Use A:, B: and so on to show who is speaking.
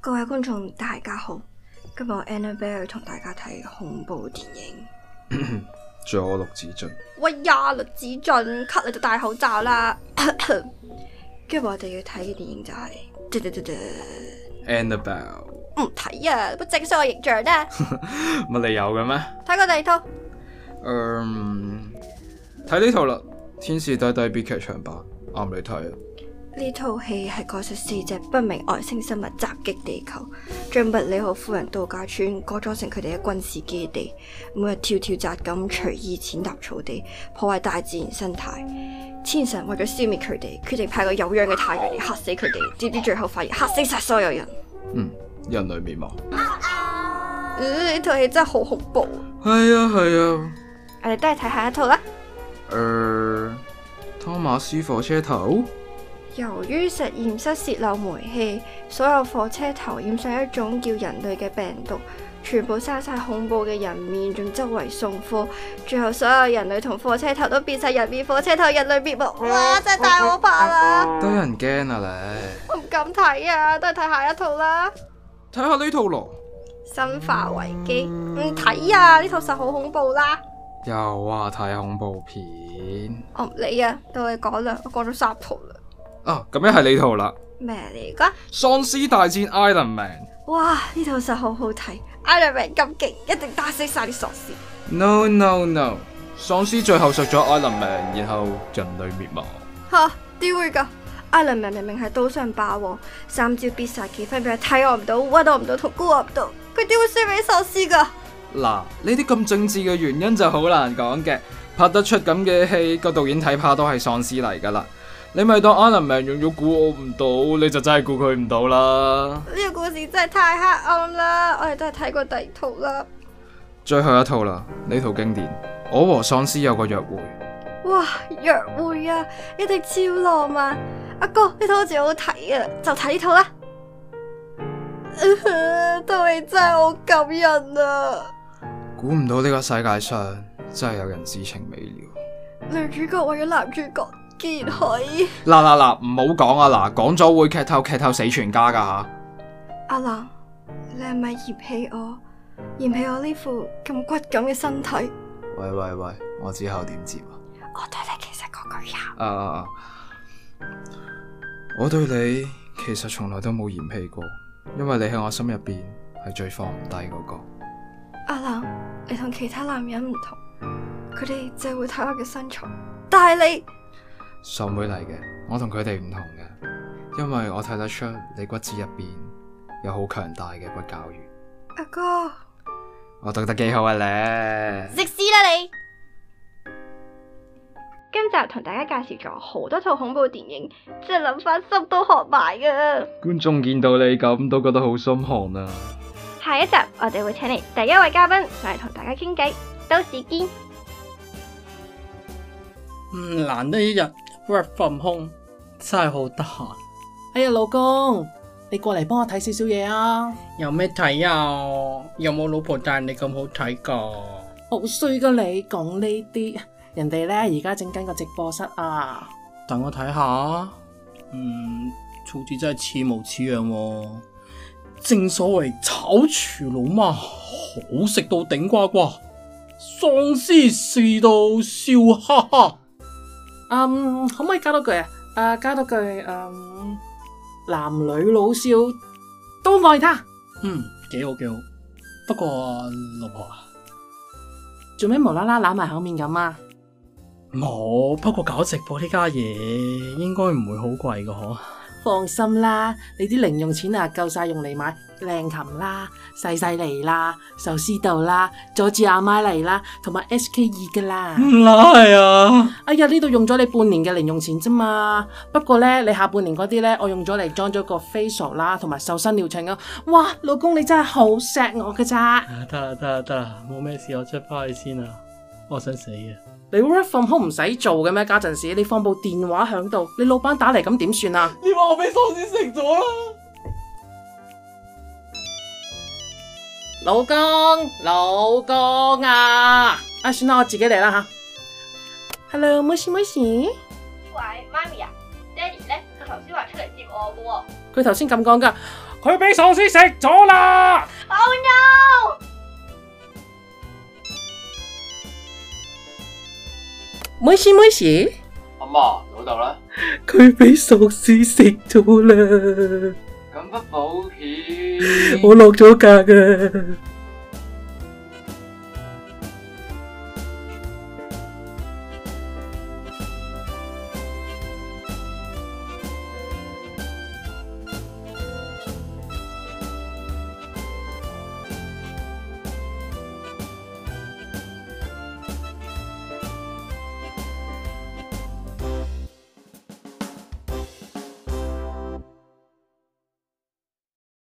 A: 各位觀眾大家好，今日我 Annabelle 同大家睇恐怖電影。
B: 仲有我陸子俊，
A: 喂呀，栗子俊，咳你就戴口罩啦。 今日我哋要睇嘅電影就係、嘟嘟嘟嘟
B: Annabelle，
A: 唔睇啊，不整衰我形象 啫。
B: 乜你有嘅咩？
A: 睇個地圖，
B: 嗯，睇呢套啦，《天使弟弟 B 劇場版》，啱你睇啊！
A: 呢套戲係講述四隻不明外星生物襲擊地球，將物理學夫人度假村改裝成佢哋嘅軍事基地，每日跳跳紮咁隨意踐踏草地，破壞大自然生態。天神為咗消滅佢哋，決定派個有樣嘅太陽嚟嚇死佢哋，點知最後發現嚇死晒所有人。
B: 嗯，人類滅亡。
A: 呃呢套戲真係好恐怖，
B: 係啊係啊，
A: 我哋都係睇下一套啦。
B: 誒、Er，湯馬斯火車頭，
A: 由於實驗室泄漏煤氣，所有火車頭染上一種叫人類嘅病毒，全部生晒恐怖嘅人面，仲周圍送貨，最後所有人類同火車頭都變晒人面火車頭，人類滅亡。哇！真係太可怕啦，
B: 得人驚啊你！
A: 我唔敢睇啊，都係睇下一套啦。
B: 睇下呢套咯，
A: 生化危機唔睇啊，呢套實好恐怖啦。
B: 又話睇恐怖片
A: 我唔理啊，到你講啦，我講咗三套啦。
B: 啊！咁樣係呢套啦，
A: 咩嚟噶？
B: 《喪屍大戰 Iron Man
A: 哇！呢套實好好睇，Iron Man 咁勁，一定打死晒啲喪屍。》
B: ，No No No，喪屍最後食咗 Iron Man，然後人類滅亡。
A: 吓，點會㗎？艾倫明明明係刀上霸王，三招必殺技分別係睇我唔到、屈我唔到同估我唔到，佢點會輸俾喪屍㗎？
B: 嗱，呢啲咁政治嘅原因就好難講嘅。拍得出咁嘅戲，個導演睇怕都係喪屍嚟㗎啦。你咪當 Iron Man 用咗估我唔到，你就真係估佢唔到啦。
A: 呢個故事真係太黑暗啦！我哋都係睇過第二套啦。
B: 最後一套啦，呢套經典，《我和喪屍有個約會》。
A: 哇，約會啊，一定超浪漫！阿哥，呢套好似好睇啊，就睇呢套啦。 套戲真係好感人啊！
B: 估唔到呢個世界上真係有人知情未了。
A: 女主角為咗男主角結海。
B: 嗱嗱嗱，唔好講啊！嗱，講咗會劇透，劇透死全家㗎嚇。
A: 阿蘭，你係咪嫌棄我？嫌棄我呢副咁骨感嘅身體？我
B: 喂喂喂，我之後點接啊？
A: 對你其實嗰句呀，
B: 啊啊啊！我對你其實從來都冇嫌棄過，因為你喺我心入邊係最放唔低嗰個。
A: 阿蘭，你同其他男人唔同，佢哋淨係會睇我嘅身材，但係你
B: 傻妹嚟嘅，我同佢哋唔同嘅，因為我睇得出你骨子入邊有好強大嘅骨教員。
A: 阿哥
B: 我讀得幾好啊咧！
A: 食屎啦你！今集同大家介紹咗好多套恐怖電影，真係諗翻心都寒埋噶。
B: 觀眾見到你咁都覺得好心寒啊！
A: 下一集我哋會請嚟第一位嘉賓上嚟同大家傾偈，到時見。
C: 唔
D: 嗯
C: 難得一日 work from home，真係好得閒。哎呀，老公，你過嚟幫我睇少少嘢啊！
D: 有咩睇啊？有冇老婆帶你咁好睇噶？
C: 好衰噶你講呢啲，人哋呢而家整緊個直播室啊！
D: 等我睇下，嗯，好似真係似模似樣喎、正所謂炒廚佬嘛，好食到頂呱呱，喪屍試到笑哈哈。
C: 嗯，可唔可以加多句啊？啊，加多句，嗯，男女老少都愛他。
D: 嗯，幾好幾好。不過老婆啊，
C: 做咩無啦啦攬埋口面咁啊？
D: 冇。不過搞直播呢家嘢應該唔會好貴噶嗬。
C: 放心啦，你啲零用錢啊夠晒用嚟買靚琴啦、細細嚟啦、壽司度啦、佐治阿媽嚟啦，同埋 SK 二噶啦。
D: 唔係啊。
C: 哎呀，呢度用咗你半年嘅零用錢啫嘛。不過呢，你下半年嗰啲呢，我用咗嚟裝咗個 facial 啦，同埋瘦身療程啊。哇，老公你真係好錫我㗎咋？
D: 啊得啦得啦得啦，冇咩事，我出翻去先啦，我想死啊！
C: 你 work from home 唔使做嘅咩？家陣時你放部電話響度，你老闆打嚟咁點算啊？
D: 你話我俾喪屍食咗啦！
C: 老公，老公啊！啊，算啦，我自己嚟啦吓。Hello，冇事冇事。
E: 喂，媽咪啊，爹哋咧，佢頭先話出嚟接我噶喎、
C: 佢頭先咁講㗎，佢佢俾喪屍食咗啦！
E: Oh no！
C: 妹事妹事，
F: 阿媽老豆啦，
C: 佢俾喪屍食咗啦！
F: 咁不保險。
C: 落咗架噶。